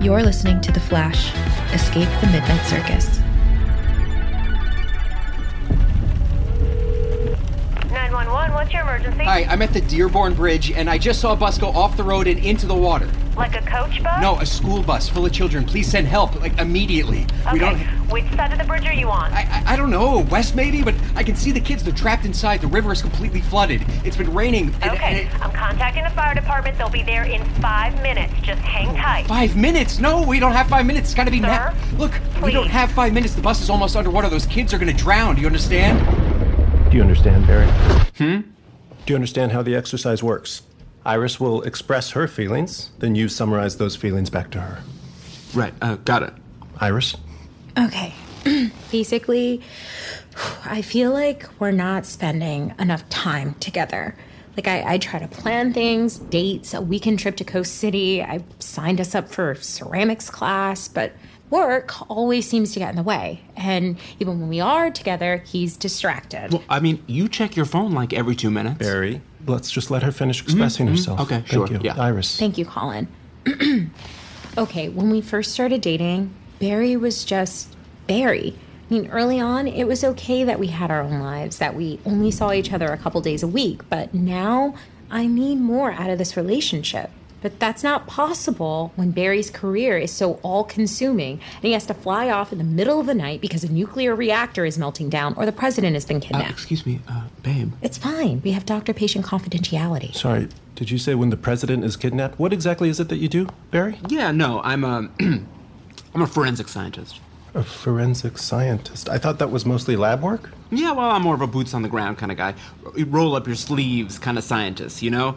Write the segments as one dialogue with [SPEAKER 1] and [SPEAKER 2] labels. [SPEAKER 1] You're listening to The Flash Escape the Midnight Circus.
[SPEAKER 2] 911, what's your emergency?
[SPEAKER 3] Hi, I'm at the Dearborn Bridge, and I just saw a bus go off the road and into the water.
[SPEAKER 2] Like a coach bus?
[SPEAKER 3] No, a school bus full of children. Please send help, like immediately.
[SPEAKER 2] Okay.
[SPEAKER 3] We don't.
[SPEAKER 2] Which side of the bridge are you on?
[SPEAKER 3] I, I, I don't know, west maybe, but I can see the kids. They're trapped inside. The river is completely flooded. It's been raining. And,
[SPEAKER 2] okay,
[SPEAKER 3] and it-
[SPEAKER 2] I'm contacting the fire department. They'll be there in five minutes. Just hang tight.
[SPEAKER 3] five minutes? No, we don't have five minutes. It's gotta be now.
[SPEAKER 2] Sir?
[SPEAKER 3] Look, we don't
[SPEAKER 2] Please.
[SPEAKER 3] have five minutes. The bus is almost underwater. Those kids are gonna drown. Do you understand?
[SPEAKER 4] Do you understand, Barry? Hmm? Do you understand how the exercise works? Iris will express her feelings, then you summarize those feelings back to her.
[SPEAKER 5] Right, uh, got it.
[SPEAKER 4] Iris?
[SPEAKER 6] Okay. Basically, I feel like we're not spending enough time together. Like, I, I try to plan things, dates, a weekend trip to Coast City. I signed us up for ceramics class, but work always seems to get in the way. And even when we are together, he's distracted.
[SPEAKER 5] Well, I mean, you check your phone like every two minutes.
[SPEAKER 4] Barry? Let's just let her finish expressing herself.
[SPEAKER 5] Mm-hmm, Okay,
[SPEAKER 4] Thank
[SPEAKER 5] sure,
[SPEAKER 4] You.
[SPEAKER 5] yeah.
[SPEAKER 4] Iris.
[SPEAKER 6] Thank you, Colin. okay, when we first started dating, Barry was just Barry. I mean, early on, it was okay that we had our own lives, that we only saw each other a couple days a week, but now I need more out of this relationship. But that's not possible when Barry's career is so all consuming and he has to fly off in the middle of the night because a nuclear reactor is melting down or the president has been
[SPEAKER 5] Uh,
[SPEAKER 6] kidnapped.
[SPEAKER 5] excuse me, uh, babe.
[SPEAKER 6] it's fine. We have doctor patient confidentiality.
[SPEAKER 4] Sorry, did you say when the president is kidnapped? What exactly is it that you do, Barry?
[SPEAKER 5] Yeah, no, I'm a, I'm a forensic scientist.
[SPEAKER 4] A forensic scientist. I thought that was mostly lab work?
[SPEAKER 5] Yeah, well, I'm more of a boots on the ground kind of guy. Roll up your sleeves kind of scientist, you know?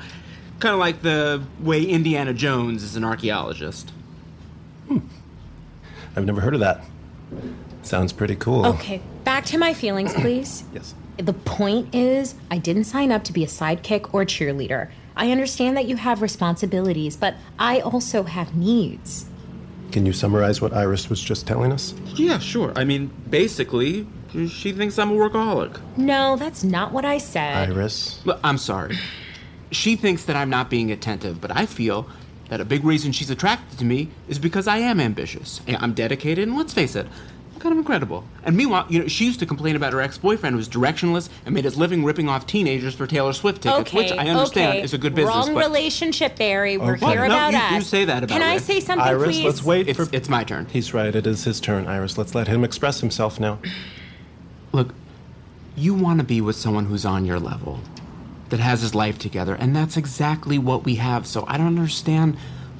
[SPEAKER 5] Kind of like the way Indiana Jones is an archaeologist.
[SPEAKER 4] I've never heard of that. Sounds pretty cool.
[SPEAKER 6] Okay, back to my feelings, please.
[SPEAKER 4] Yes.
[SPEAKER 6] The point is, I didn't sign up to be a sidekick or cheerleader. I understand that you have responsibilities, but I also have needs.
[SPEAKER 4] Can you summarize what Iris was just telling us?
[SPEAKER 5] Yeah, sure. I mean, basically, she thinks I'm a workaholic.
[SPEAKER 6] No, that's not what I said.
[SPEAKER 4] Iris?
[SPEAKER 5] Look, I'm sorry. She thinks that I'm not being attentive, but I feel that a big reason she's attracted to me is because I am ambitious. And I'm dedicated, and let's face it, I'm kind of incredible. And meanwhile, you know, she used to complain about her ex-boyfriend who was directionless and made his living ripping off teenagers for Taylor Swift tickets,
[SPEAKER 6] okay,
[SPEAKER 5] which I understand
[SPEAKER 6] okay.
[SPEAKER 5] is a good business.
[SPEAKER 6] Wrong
[SPEAKER 5] but
[SPEAKER 6] relationship, Barry. We're
[SPEAKER 4] Okay.
[SPEAKER 6] here
[SPEAKER 4] What?
[SPEAKER 5] No,
[SPEAKER 6] about
[SPEAKER 5] you-
[SPEAKER 6] us.
[SPEAKER 5] you say that about
[SPEAKER 6] Can I
[SPEAKER 5] women.
[SPEAKER 6] say something,
[SPEAKER 4] Iris,
[SPEAKER 6] please?
[SPEAKER 4] let's wait
[SPEAKER 5] it's,
[SPEAKER 4] for.
[SPEAKER 5] it's my turn.
[SPEAKER 4] He's right. It is his turn, Iris. Let's let him express himself now.
[SPEAKER 5] Look, you want to be with someone who's on your level, that has his life together, and that's exactly what we have. So I don't understand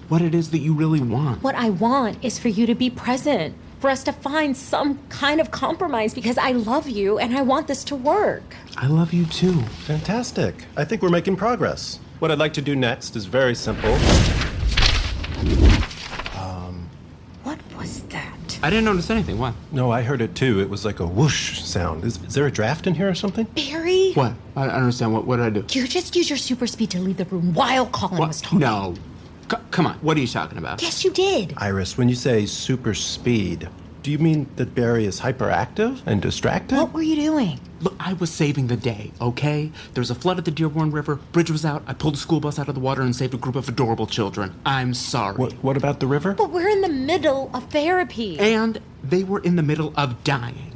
[SPEAKER 5] what it is that you really want.
[SPEAKER 6] What I want is for you to be present, for us to find some kind of compromise because I love you and I want this to work.
[SPEAKER 5] I love you too.
[SPEAKER 4] Fantastic. I think we're making progress. What I'd like to do next is very simple.
[SPEAKER 6] What was that?
[SPEAKER 5] I didn't notice anything. What?
[SPEAKER 4] No, I heard it too. It was like a whoosh sound. Is, is there a draft in here or something?
[SPEAKER 6] Barry?
[SPEAKER 5] What? I don't understand. What? What did I do?
[SPEAKER 6] You just used your super speed to leave the room while Colin was
[SPEAKER 5] What?
[SPEAKER 6] talking.
[SPEAKER 5] No. C- come on. What are you talking about?
[SPEAKER 6] Yes, you did.
[SPEAKER 4] Iris, when you say super speed, do you mean that Barry is hyperactive and distracted?
[SPEAKER 6] What were you doing?
[SPEAKER 5] Look, I was saving the day. Okay. There was a flood at the Dearborn River. Bridge was out. I pulled a school bus out of the water and saved a group of adorable children. I'm sorry.
[SPEAKER 4] what, what about the river?
[SPEAKER 6] But we're in the middle of therapy.
[SPEAKER 5] And they were in the middle of dying.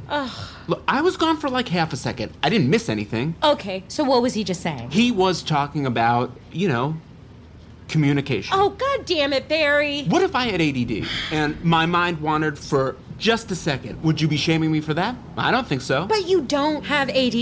[SPEAKER 5] Look, I was gone for like half a second. I didn't miss anything.
[SPEAKER 6] Okay, so what was he just saying?
[SPEAKER 5] He was talking about, you know, communication.
[SPEAKER 6] oh, god damn it, Barry.
[SPEAKER 5] What if I had ADD and my mind wandered for just a second? Would you be shaming me for that? I don't think so.
[SPEAKER 6] But you don't have ADD.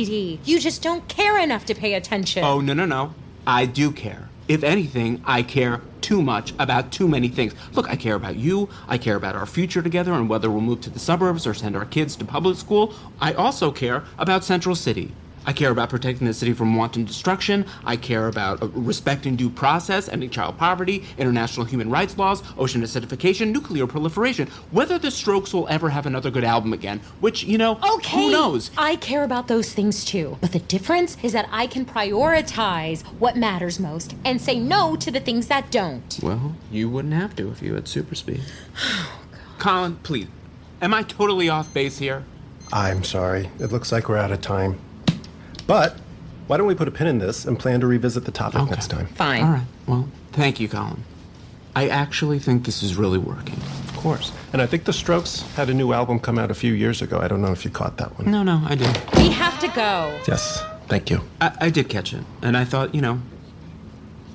[SPEAKER 6] You just don't care enough to pay attention.
[SPEAKER 5] Oh, no, no, no. I do care. If anything, I care too much about too many things. Look, I care about you. I care about our future together and whether we'll move to the suburbs or send our kids to public school. I also care about Central City. I care about protecting the city from wanton destruction. I care about uh, respecting due process, ending child poverty, international human rights laws, ocean acidification, nuclear proliferation. Whether the Strokes will ever have another good album again, which, you know,
[SPEAKER 6] Okay.
[SPEAKER 5] who knows?
[SPEAKER 6] I care about those things too. But the difference is that I can prioritize what matters most and say no to the things that don't.
[SPEAKER 5] Well, you wouldn't have to if you had super speed. Colin, please. Am I totally off base here?
[SPEAKER 4] I'm sorry. It looks like we're out of time. But why don't we put a pin in this and plan to revisit the topic next time?
[SPEAKER 6] Fine.
[SPEAKER 5] All right. Well, thank you, Colin. I actually think this is really working.
[SPEAKER 4] Of course. And I think The Strokes had a new album come out a few years ago. I don't know if you caught that one.
[SPEAKER 5] No, no, I did.
[SPEAKER 6] We have to go.
[SPEAKER 4] Yes. Thank you.
[SPEAKER 5] I, I did catch it, and I thought, you know,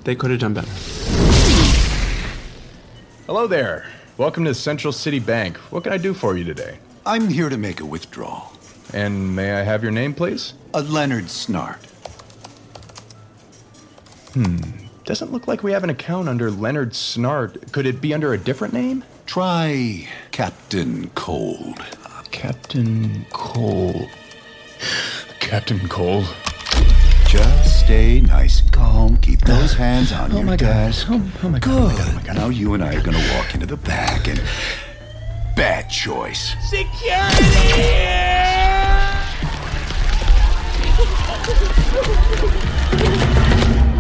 [SPEAKER 5] they could have done better.
[SPEAKER 7] Hello there. Welcome to Central City Bank. What can I do for you today?
[SPEAKER 8] I'm here to make a withdrawal.
[SPEAKER 7] And may I have your name, please?
[SPEAKER 8] A Leonard Snart.
[SPEAKER 7] Hmm. Doesn't look like we have an account under Leonard Snart. Could it be under a different name?
[SPEAKER 8] Try Captain Cold.
[SPEAKER 7] Captain Cole. Captain Cole.
[SPEAKER 8] Just stay nice and calm. Keep those hands on
[SPEAKER 7] Oh
[SPEAKER 8] your
[SPEAKER 7] my God.
[SPEAKER 8] desk.
[SPEAKER 7] Oh- oh my God, oh my God, oh my
[SPEAKER 8] Good.
[SPEAKER 7] God.
[SPEAKER 8] Now you and I are going to walk into the back and. Bad choice.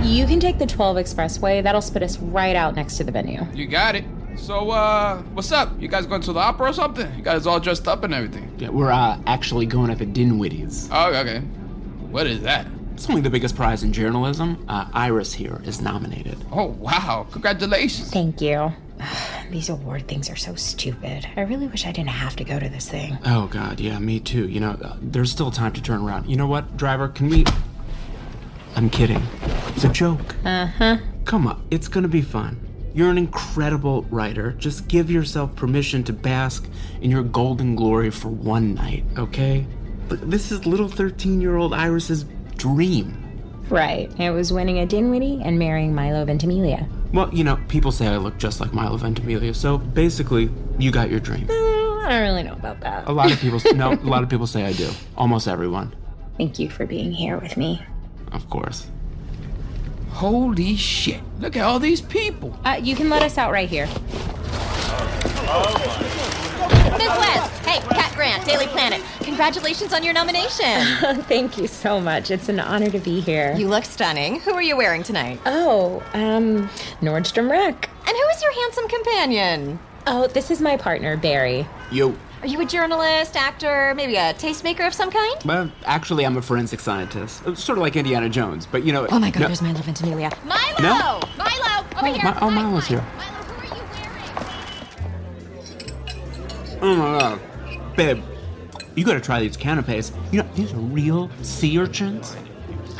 [SPEAKER 6] You can take the 12 expressway. That'll spit us right out next to the venue.
[SPEAKER 9] You got it. So, uh, what's up? You guys going to the opera or something? You guys all dressed up and everything.
[SPEAKER 5] Yeah, we're uh, actually going up at Dinwiddie's.
[SPEAKER 9] Oh, okay. What is that?
[SPEAKER 5] Uh, It's only the biggest prize in journalism. Uh, Iris here is nominated.
[SPEAKER 9] Oh, wow. Congratulations.
[SPEAKER 6] Thank you. These award things are so stupid. I really wish I didn't have to go to this thing.
[SPEAKER 5] Oh God, yeah, me too. You know, uh, there's still time to turn around. You know what, driver? Can we? I'm kidding. It's a joke. Uh huh. Come on, it's gonna be fun. You're an incredible writer. Just give yourself permission to bask in your golden glory for one night, okay? Look, this is little 13-year-old Iris's dream.
[SPEAKER 6] Right. It was winning a Dinwiddie and marrying Milo Ventimiglia.
[SPEAKER 5] Well, you know, people say I look just like Milo Ventimiglia, so basically, you got your dream.
[SPEAKER 6] Mm, I don't really know about that.
[SPEAKER 5] A lot of people, no, a lot of people say I do. Almost everyone,
[SPEAKER 6] Thank you for being here with me.
[SPEAKER 5] of course.
[SPEAKER 9] Holy shit. Look at all these people.
[SPEAKER 6] Uh, you can let us out right here.
[SPEAKER 10] Ms. West! Hey, Kat Grant, Daily Planet. Congratulations on your nomination.
[SPEAKER 6] Thank you so much. It's an honor to be here.
[SPEAKER 10] You look stunning. Who are you wearing tonight?
[SPEAKER 6] oh, um, Nordstrom Rack.
[SPEAKER 10] And who is your handsome companion?
[SPEAKER 6] Oh, this is my partner, Barry.
[SPEAKER 5] Yo,
[SPEAKER 10] Are you a journalist, actor, maybe a tastemaker of some kind?
[SPEAKER 5] Well, actually, I'm a forensic scientist. Uh, Sort of like Indiana Jones, but you know.
[SPEAKER 10] Oh my god,
[SPEAKER 5] no-
[SPEAKER 10] there's Milo Ventimiglia.
[SPEAKER 5] No?
[SPEAKER 10] Milo! Milo! Over here!
[SPEAKER 5] Mi- oh,
[SPEAKER 10] Hi,
[SPEAKER 5] Milo's
[SPEAKER 10] hi.
[SPEAKER 5] here.
[SPEAKER 10] Milo, who are you wearing?
[SPEAKER 5] oh my god. Babe, you gotta try these canapes. You know, these are real sea urchins.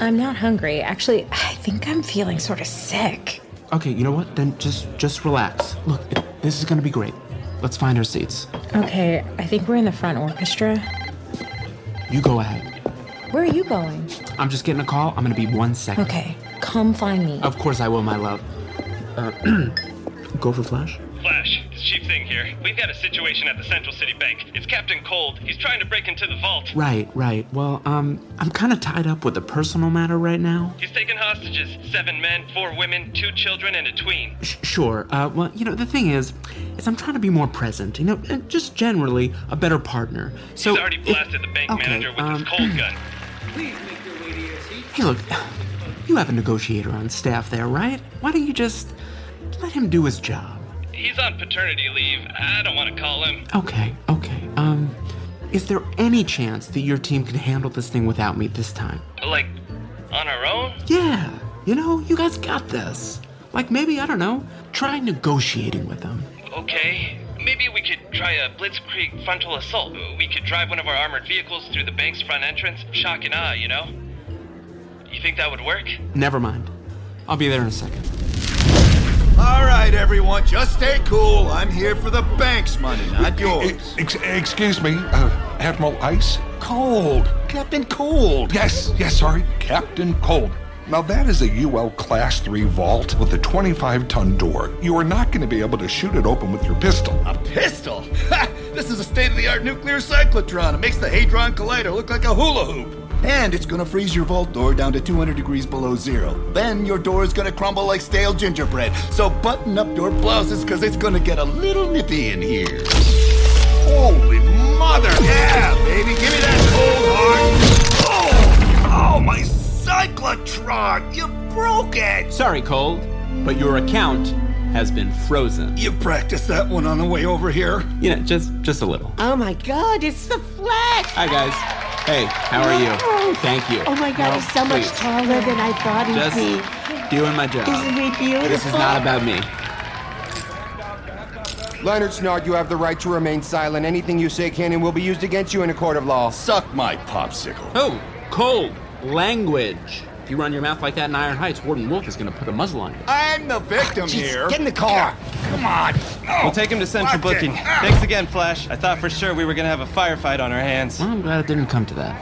[SPEAKER 6] I'm not hungry. Actually, I think I'm feeling sort of sick.
[SPEAKER 5] Okay, you know what? Then just just relax. Look, it- this is gonna be great. Let's find our seats.
[SPEAKER 6] Okay, I think we're in the front orchestra.
[SPEAKER 5] You go ahead.
[SPEAKER 6] Where are you going?
[SPEAKER 5] I'm just getting a call. I'm gonna be one second.
[SPEAKER 6] Okay, come find me.
[SPEAKER 5] Of course I will, my love. Uh, go for flash.
[SPEAKER 11] Flash, it's Chief Thing here. We've got a situation at the Central City Bank. It's Captain Cold. He's trying to break into the vault.
[SPEAKER 5] Right, right. Well, um, I'm kind of tied up with a personal matter right now.
[SPEAKER 11] He's taken hostages seven men, four women, two children, and a tween.
[SPEAKER 5] Sh- Sure. Uh, well, you know, the thing is, is I'm trying to be more present. You know, and just generally a better partner. So
[SPEAKER 11] He's already
[SPEAKER 5] if-
[SPEAKER 11] blasted the bank
[SPEAKER 5] Oh, okay,
[SPEAKER 11] manager with
[SPEAKER 5] um,
[SPEAKER 11] his cold gun.
[SPEAKER 5] Hey, look, you have a negotiator on staff there, right? Why don't you just let him do his job?
[SPEAKER 11] He's on paternity leave. I don't want to call him.
[SPEAKER 5] Okay, okay. Um, is there any chance that your team can handle this thing without me this time?
[SPEAKER 11] Like, on our own?
[SPEAKER 5] Yeah. You know, you guys got this. Like maybe I don't know. Try negotiating with him.
[SPEAKER 11] Okay. maybe we could try a blitzkrieg frontal assault. We could drive one of our armored vehicles through the bank's front entrance, shock and awe, you know? You think that would work?
[SPEAKER 5] Never mind. I'll be there in a second.
[SPEAKER 8] All right, everyone, just stay cool. I'm here for the bank's money, not yours.
[SPEAKER 12] excuse me, uh, Admiral Ice? Cold. Captain Cold. Yes, yes, sorry. Captain Cold. Now, that is a UL Class 3 vault with a 25 ton door. You are not going to be able to shoot it open with your pistol.
[SPEAKER 8] Pistol? Ha! This is a state of the art nuclear cyclotron. It makes the Hadron Collider look like a hula hoop. And it's gonna freeze your vault door down to 200 degrees below zero. Then your door is gonna crumble like stale gingerbread. So button up your blouses, cause it's gonna get a little nippy in here. Holy mother! Yeah, baby, give me that cold hard. Oh! Oh, my cyclotron! You broke it!
[SPEAKER 5] Sorry, Cold, but your account has been frozen.
[SPEAKER 8] You practiced that one on the way over here?
[SPEAKER 5] You know, just just a little.
[SPEAKER 13] Oh my god, it's the Flash!
[SPEAKER 5] Hi guys. Hey, how are you? Thank you.
[SPEAKER 13] Oh my god,
[SPEAKER 5] No,
[SPEAKER 13] he's so much
[SPEAKER 5] please.
[SPEAKER 13] taller than I thought he'd
[SPEAKER 5] Just
[SPEAKER 13] be.
[SPEAKER 5] doing my job.
[SPEAKER 13] Isn't he beautiful?
[SPEAKER 5] This is not about me.
[SPEAKER 14] Leonard Snart, you have the right to remain silent. Anything you say can and will be used against you in a court of law.
[SPEAKER 8] Suck my popsicle.
[SPEAKER 5] Oh, Cold. Language. If you run your mouth like that in Iron Heights, Warden Wolf is going to put a muzzle on you.
[SPEAKER 8] I'm the victim
[SPEAKER 5] Jeez,
[SPEAKER 8] here.
[SPEAKER 5] get in the car.
[SPEAKER 8] Come on.
[SPEAKER 15] We'll take him to central
[SPEAKER 8] Fuck it.
[SPEAKER 15] booking.
[SPEAKER 8] Ah.
[SPEAKER 15] Thanks again, Flash. I thought for sure we were gonna have a firefight on our hands.
[SPEAKER 5] Well, I'm glad it didn't come to that.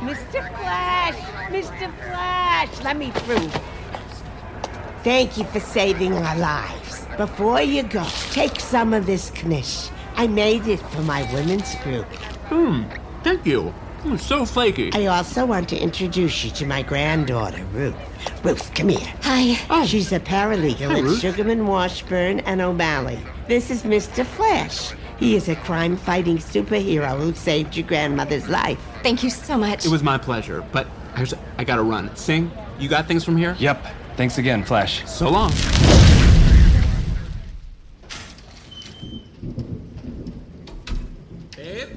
[SPEAKER 13] Mr. Flash! Mr. Flash! Let me through. Thank you for saving our lives. Before you go, take some of this knish. I made it for my women's group.
[SPEAKER 5] Hmm, thank you. It's so flaky.
[SPEAKER 13] I also want to introduce you to my granddaughter, Ruth. Ruth, come here. Hi. She's a paralegal
[SPEAKER 16] Hi,
[SPEAKER 13] at
[SPEAKER 16] Ruth.
[SPEAKER 13] Sugarman, Washburn, and O'Malley. This is Mr. Flash. He is a crime fighting superhero who saved your grandmother's life. Thank you so much.
[SPEAKER 5] It was my pleasure, but I, I gotta run. Sing, you got things from here?
[SPEAKER 15] Yep. Thanks again, Flash.
[SPEAKER 5] So long. Babe,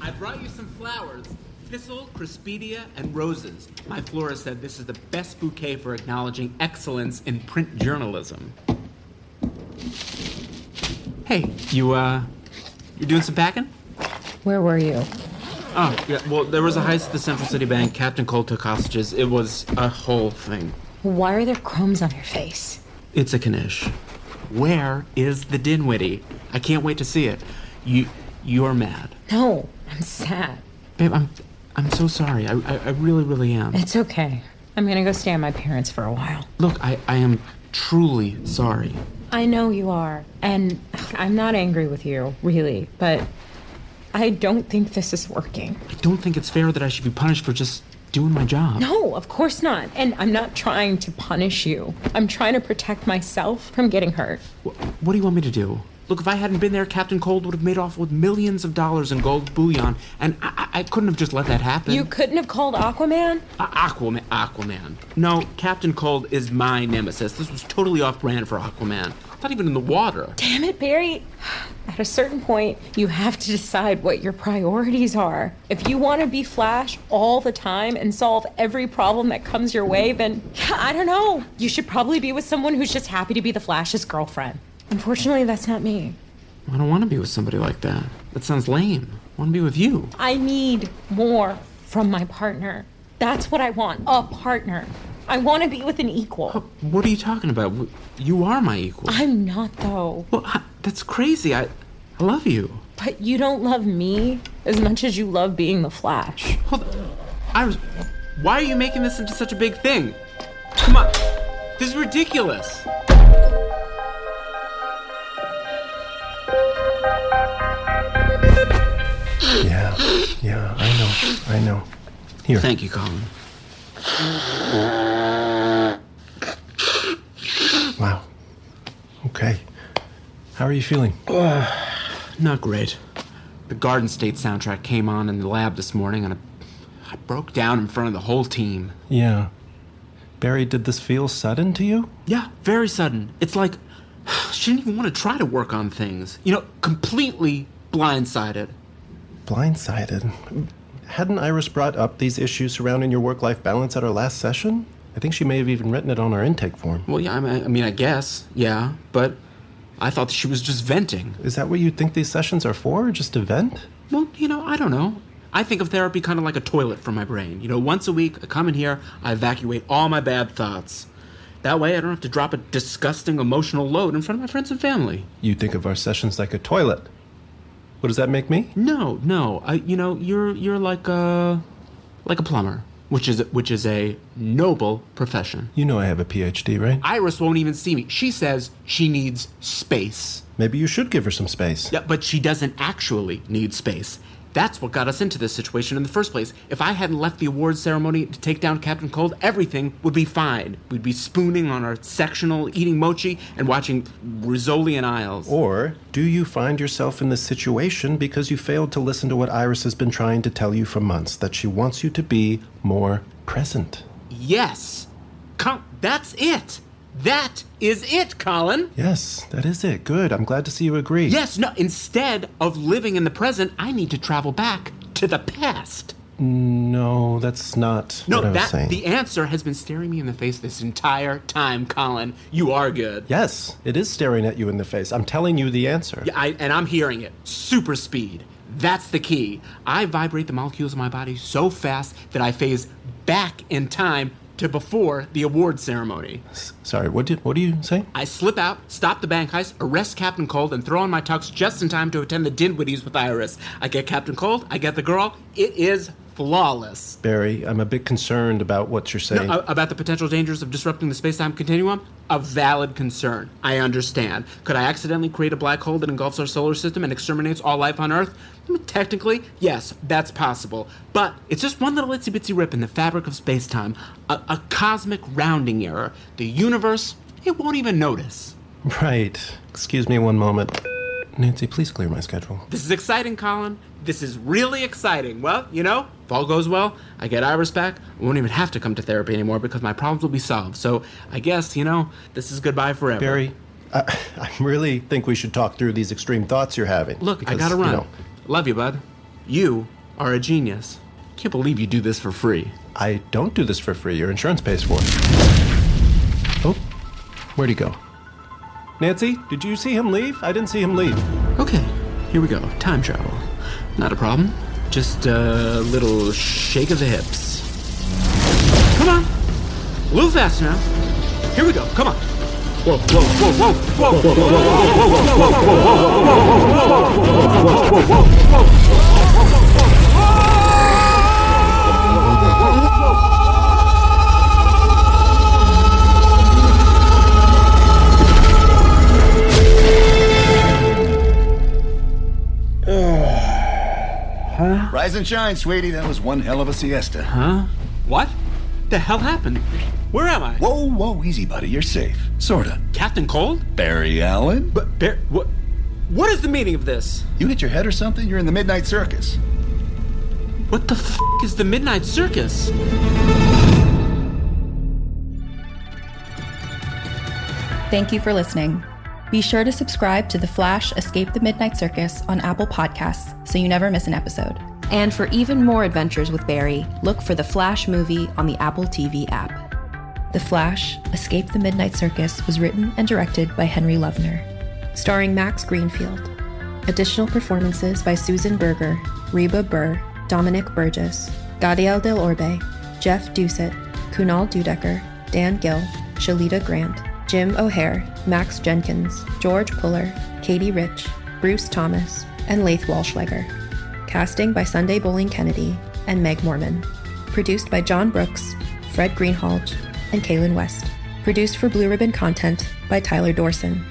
[SPEAKER 5] I brought you some flowers. Thistle, Crispedia, and roses. My florist said this is the best bouquet for acknowledging excellence in print journalism. Hey, you, uh, you're doing some packing?
[SPEAKER 6] Where were you?
[SPEAKER 5] Oh, yeah, well, there was a heist at the Central City Bank. Captain Cole took hostages. It was a whole thing.
[SPEAKER 6] Why are there crumbs on your face?
[SPEAKER 5] It's a Kanish. Where is the Dinwiddie? I can't wait to see it. You, you're mad,
[SPEAKER 6] No, I'm sad.
[SPEAKER 5] babe. I'm, I'm so sorry. I, I, I really, really am.
[SPEAKER 6] It's okay. I'm gonna go stay at my parents' for a while.
[SPEAKER 5] Look, I, I am truly sorry.
[SPEAKER 6] I know you are, and I'm not angry with you, really, but I don't think this is working.
[SPEAKER 5] I don't think it's fair that I should be punished for just doing my job.
[SPEAKER 6] No, Oh, of course not. And I'm not trying to punish you. I'm trying to protect myself from getting hurt.
[SPEAKER 5] What do you want me to do? Look, if I hadn't been there, Captain Cold would have made off with millions of dollars in gold bullion, and I, I I couldn't have just let that happen.
[SPEAKER 6] You couldn't have called Aquaman?
[SPEAKER 5] A- Aquaman. Aquaman. No, Captain Cold is my nemesis. This was totally off-brand for Aquaman. Not even in the water.
[SPEAKER 6] Damn it, Barry. At a certain point, you have to decide what your priorities are. If you want to be Flash all the time and solve every problem that comes your way, then I don't know. You should probably be with someone who's just happy to be the Flash's girlfriend. Unfortunately, that's not me.
[SPEAKER 5] I don't want to be with somebody like that. That sounds lame. I want to be with you.
[SPEAKER 6] I need more from my partner. That's what I want a partner. I want to be with an equal.
[SPEAKER 5] What are you talking about? W- You are my equal.
[SPEAKER 6] I'm not, though.
[SPEAKER 5] That's crazy. I, I love you.
[SPEAKER 6] But you don't love me as much as you love being the Flash.
[SPEAKER 5] I was. Why are you making this into such a big thing? Come on. This is ridiculous.
[SPEAKER 4] Yeah, yeah, I know, I know. Here.
[SPEAKER 5] Thank you, Colin.
[SPEAKER 4] Wow. Okay. How are you feeling?
[SPEAKER 5] Not great. The Garden State soundtrack came on in the lab this morning, and I, I broke down in front of the whole team.
[SPEAKER 4] Yeah. Barry, did this feel sudden to you?
[SPEAKER 5] Yeah, very sudden. It's like she didn't even want to try to work on things. You know, completely blindsided.
[SPEAKER 4] Blindsided. Hadn't Iris brought up these issues surrounding your work life balance at our last session? I think she may have even written it on our intake form.
[SPEAKER 5] Well, yeah, I mean, I mean, I guess, yeah, but I thought she was just venting.
[SPEAKER 4] Is that what you think these sessions are for? Just to vent?
[SPEAKER 5] Well, you know, I don't know. I think of therapy kind of like a toilet for my brain. You know, once a week, I come in here, I evacuate all my bad thoughts. That way, I don't have to drop a disgusting emotional load in front of my friends and family.
[SPEAKER 4] You think of our sessions like a toilet. What does that make me?
[SPEAKER 5] No, no. I, you know, you're you're like a like a plumber, which is which is a noble profession.
[SPEAKER 4] You know I have a PhD, right?
[SPEAKER 5] Iris won't even see me. She says she needs space.
[SPEAKER 4] Maybe you should give her some space.
[SPEAKER 5] Yeah, but she doesn't actually need space. That's what got us into this situation in the first place. If I hadn't left the awards ceremony to take down Captain Cold, everything would be fine. We'd be spooning on our sectional, eating mochi, and watching Rizzoli and Isles.
[SPEAKER 4] Or do you find yourself in this situation because you failed to listen to what Iris has been trying to tell you for months that she wants you to be more present?
[SPEAKER 5] Yes! Col- that's it! That is it, Colin!
[SPEAKER 4] Yes, that is it. Good. I'm glad to see you agree.
[SPEAKER 5] Yes, no, instead of living in the present, I need to travel back to the past.
[SPEAKER 4] No, that's not
[SPEAKER 5] No,
[SPEAKER 4] what I was
[SPEAKER 5] that
[SPEAKER 4] saying.
[SPEAKER 5] the answer has been staring me in the face this entire time, Colin. You are good.
[SPEAKER 4] yes, it is staring at you in the face. I'm telling you the answer.
[SPEAKER 5] Yeah, I, and I'm hearing it. Super speed. That's the key. I vibrate the molecules in my body so fast that I phase back in time to before the award ceremony.
[SPEAKER 4] Sorry, what did what do you say?
[SPEAKER 5] I slip out, stop the bank heist, arrest Captain Cold, and throw on my tux just in time to attend the Dinwiddies with Iris. I get Captain Cold, I get the girl. It is flawless.
[SPEAKER 4] Barry, I'm a bit concerned about what you're
[SPEAKER 5] No,
[SPEAKER 4] saying.
[SPEAKER 5] a- about the potential dangers of disrupting the space time continuum? A valid concern. I understand. Could I accidentally create a black hole that engulfs our solar system and exterminates all life on Earth? Mm, Technically, yes, that's possible. But it's just one little itsy bitsy rip in the fabric of space time, a, a cosmic rounding error. The universe, it won't even notice.
[SPEAKER 4] right. Excuse me one moment. Nancy, please clear my schedule.
[SPEAKER 5] This is exciting, Colin. This is really exciting. Well, you know, if all goes well, I get Iris back. I won't even have to come to therapy anymore because my problems will be solved. So I guess, you know, this is goodbye forever.
[SPEAKER 4] Barry, I, I really think we should talk through these extreme thoughts you're having.
[SPEAKER 5] Look, I
[SPEAKER 4] because,
[SPEAKER 5] gotta
[SPEAKER 4] you
[SPEAKER 5] run.
[SPEAKER 4] know,
[SPEAKER 5] Love you, bud. You are a genius. Can't believe you do this for free.
[SPEAKER 4] I don't do this for free. Your insurance pays for it. Oh, where'd he go? Nancy, did you see him leave? I didn't see him leave.
[SPEAKER 5] Okay, here we go. Time travel. Not a problem. Just a little shake of the hips. Come on. A little fast now. Here we go. Come on. Whoa, whoa, whoa, whoa, whoa, whoa, whoa, whoa, whoa, whoa, whoa, whoa, whoa, whoa.
[SPEAKER 8] Rise and shine, sweetie. That was one hell of a siesta.
[SPEAKER 5] Huh? What? The hell happened? Where am I?
[SPEAKER 8] Whoa, whoa, easy, buddy. You're safe. Sorta.
[SPEAKER 5] Captain Cold?
[SPEAKER 8] Barry Allen?
[SPEAKER 5] But Barry, what? What is the meaning of this?
[SPEAKER 8] You hit your head or something? You're in the Midnight Circus.
[SPEAKER 5] What the f is the Midnight Circus?
[SPEAKER 1] Thank you for listening. Be sure to subscribe to The Flash Escape the Midnight Circus on Apple Podcasts so you never miss an episode.
[SPEAKER 16] And for even more adventures with Barry, look for The Flash movie on the Apple TV app.
[SPEAKER 1] The Flash Escape the Midnight Circus was written and directed by Henry Lovner, starring Max Greenfield. Additional performances by Susan Berger, Reba Burr, Dominic Burgess, Gadiel Del Orbe, Jeff Doucette, Kunal Dudecker, Dan Gill, Shalita Grant, Jim O'Hare, Max Jenkins, George Puller, Katie Rich, Bruce Thomas, and Laith Walschlager casting by Sunday Bowling Kennedy and Meg Mormon. Produced by John Brooks, Fred Greenhalgh, and Kaylin West. Produced for Blue Ribbon Content by Tyler Dorson.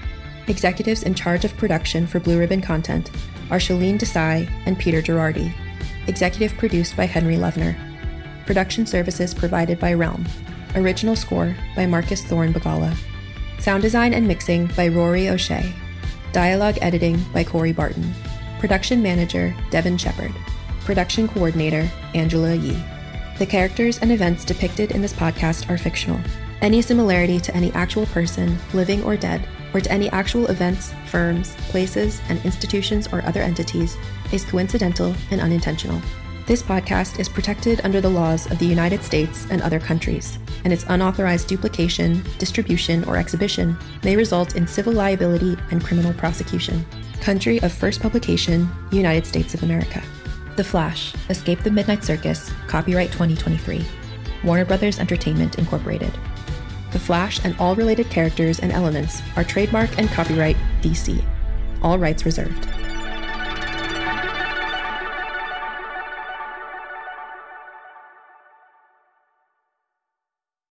[SPEAKER 1] Executives in charge of production for Blue Ribbon Content are Shalene Desai and Peter Girardi. Executive produced by Henry Lovner. Production services provided by Realm. Original score by Marcus Thorne Bagala. Sound design and mixing by Rory O'Shea. Dialogue editing by Corey Barton. Production manager Devin Shepard. Production coordinator Angela Yee. The characters and events depicted in this podcast are fictional. Any similarity to any actual person, living or dead, or to any actual events, firms, places, and institutions or other entities is coincidental and unintentional. This podcast is protected under the laws of the United States and other countries, and its unauthorized duplication, distribution, or exhibition may result in civil liability and criminal prosecution. Country of first publication, United States of America. The Flash, Escape the Midnight Circus, copyright 2023. Warner Brothers Entertainment Incorporated. The Flash and all related characters and elements are trademark and copyright DC. All rights reserved.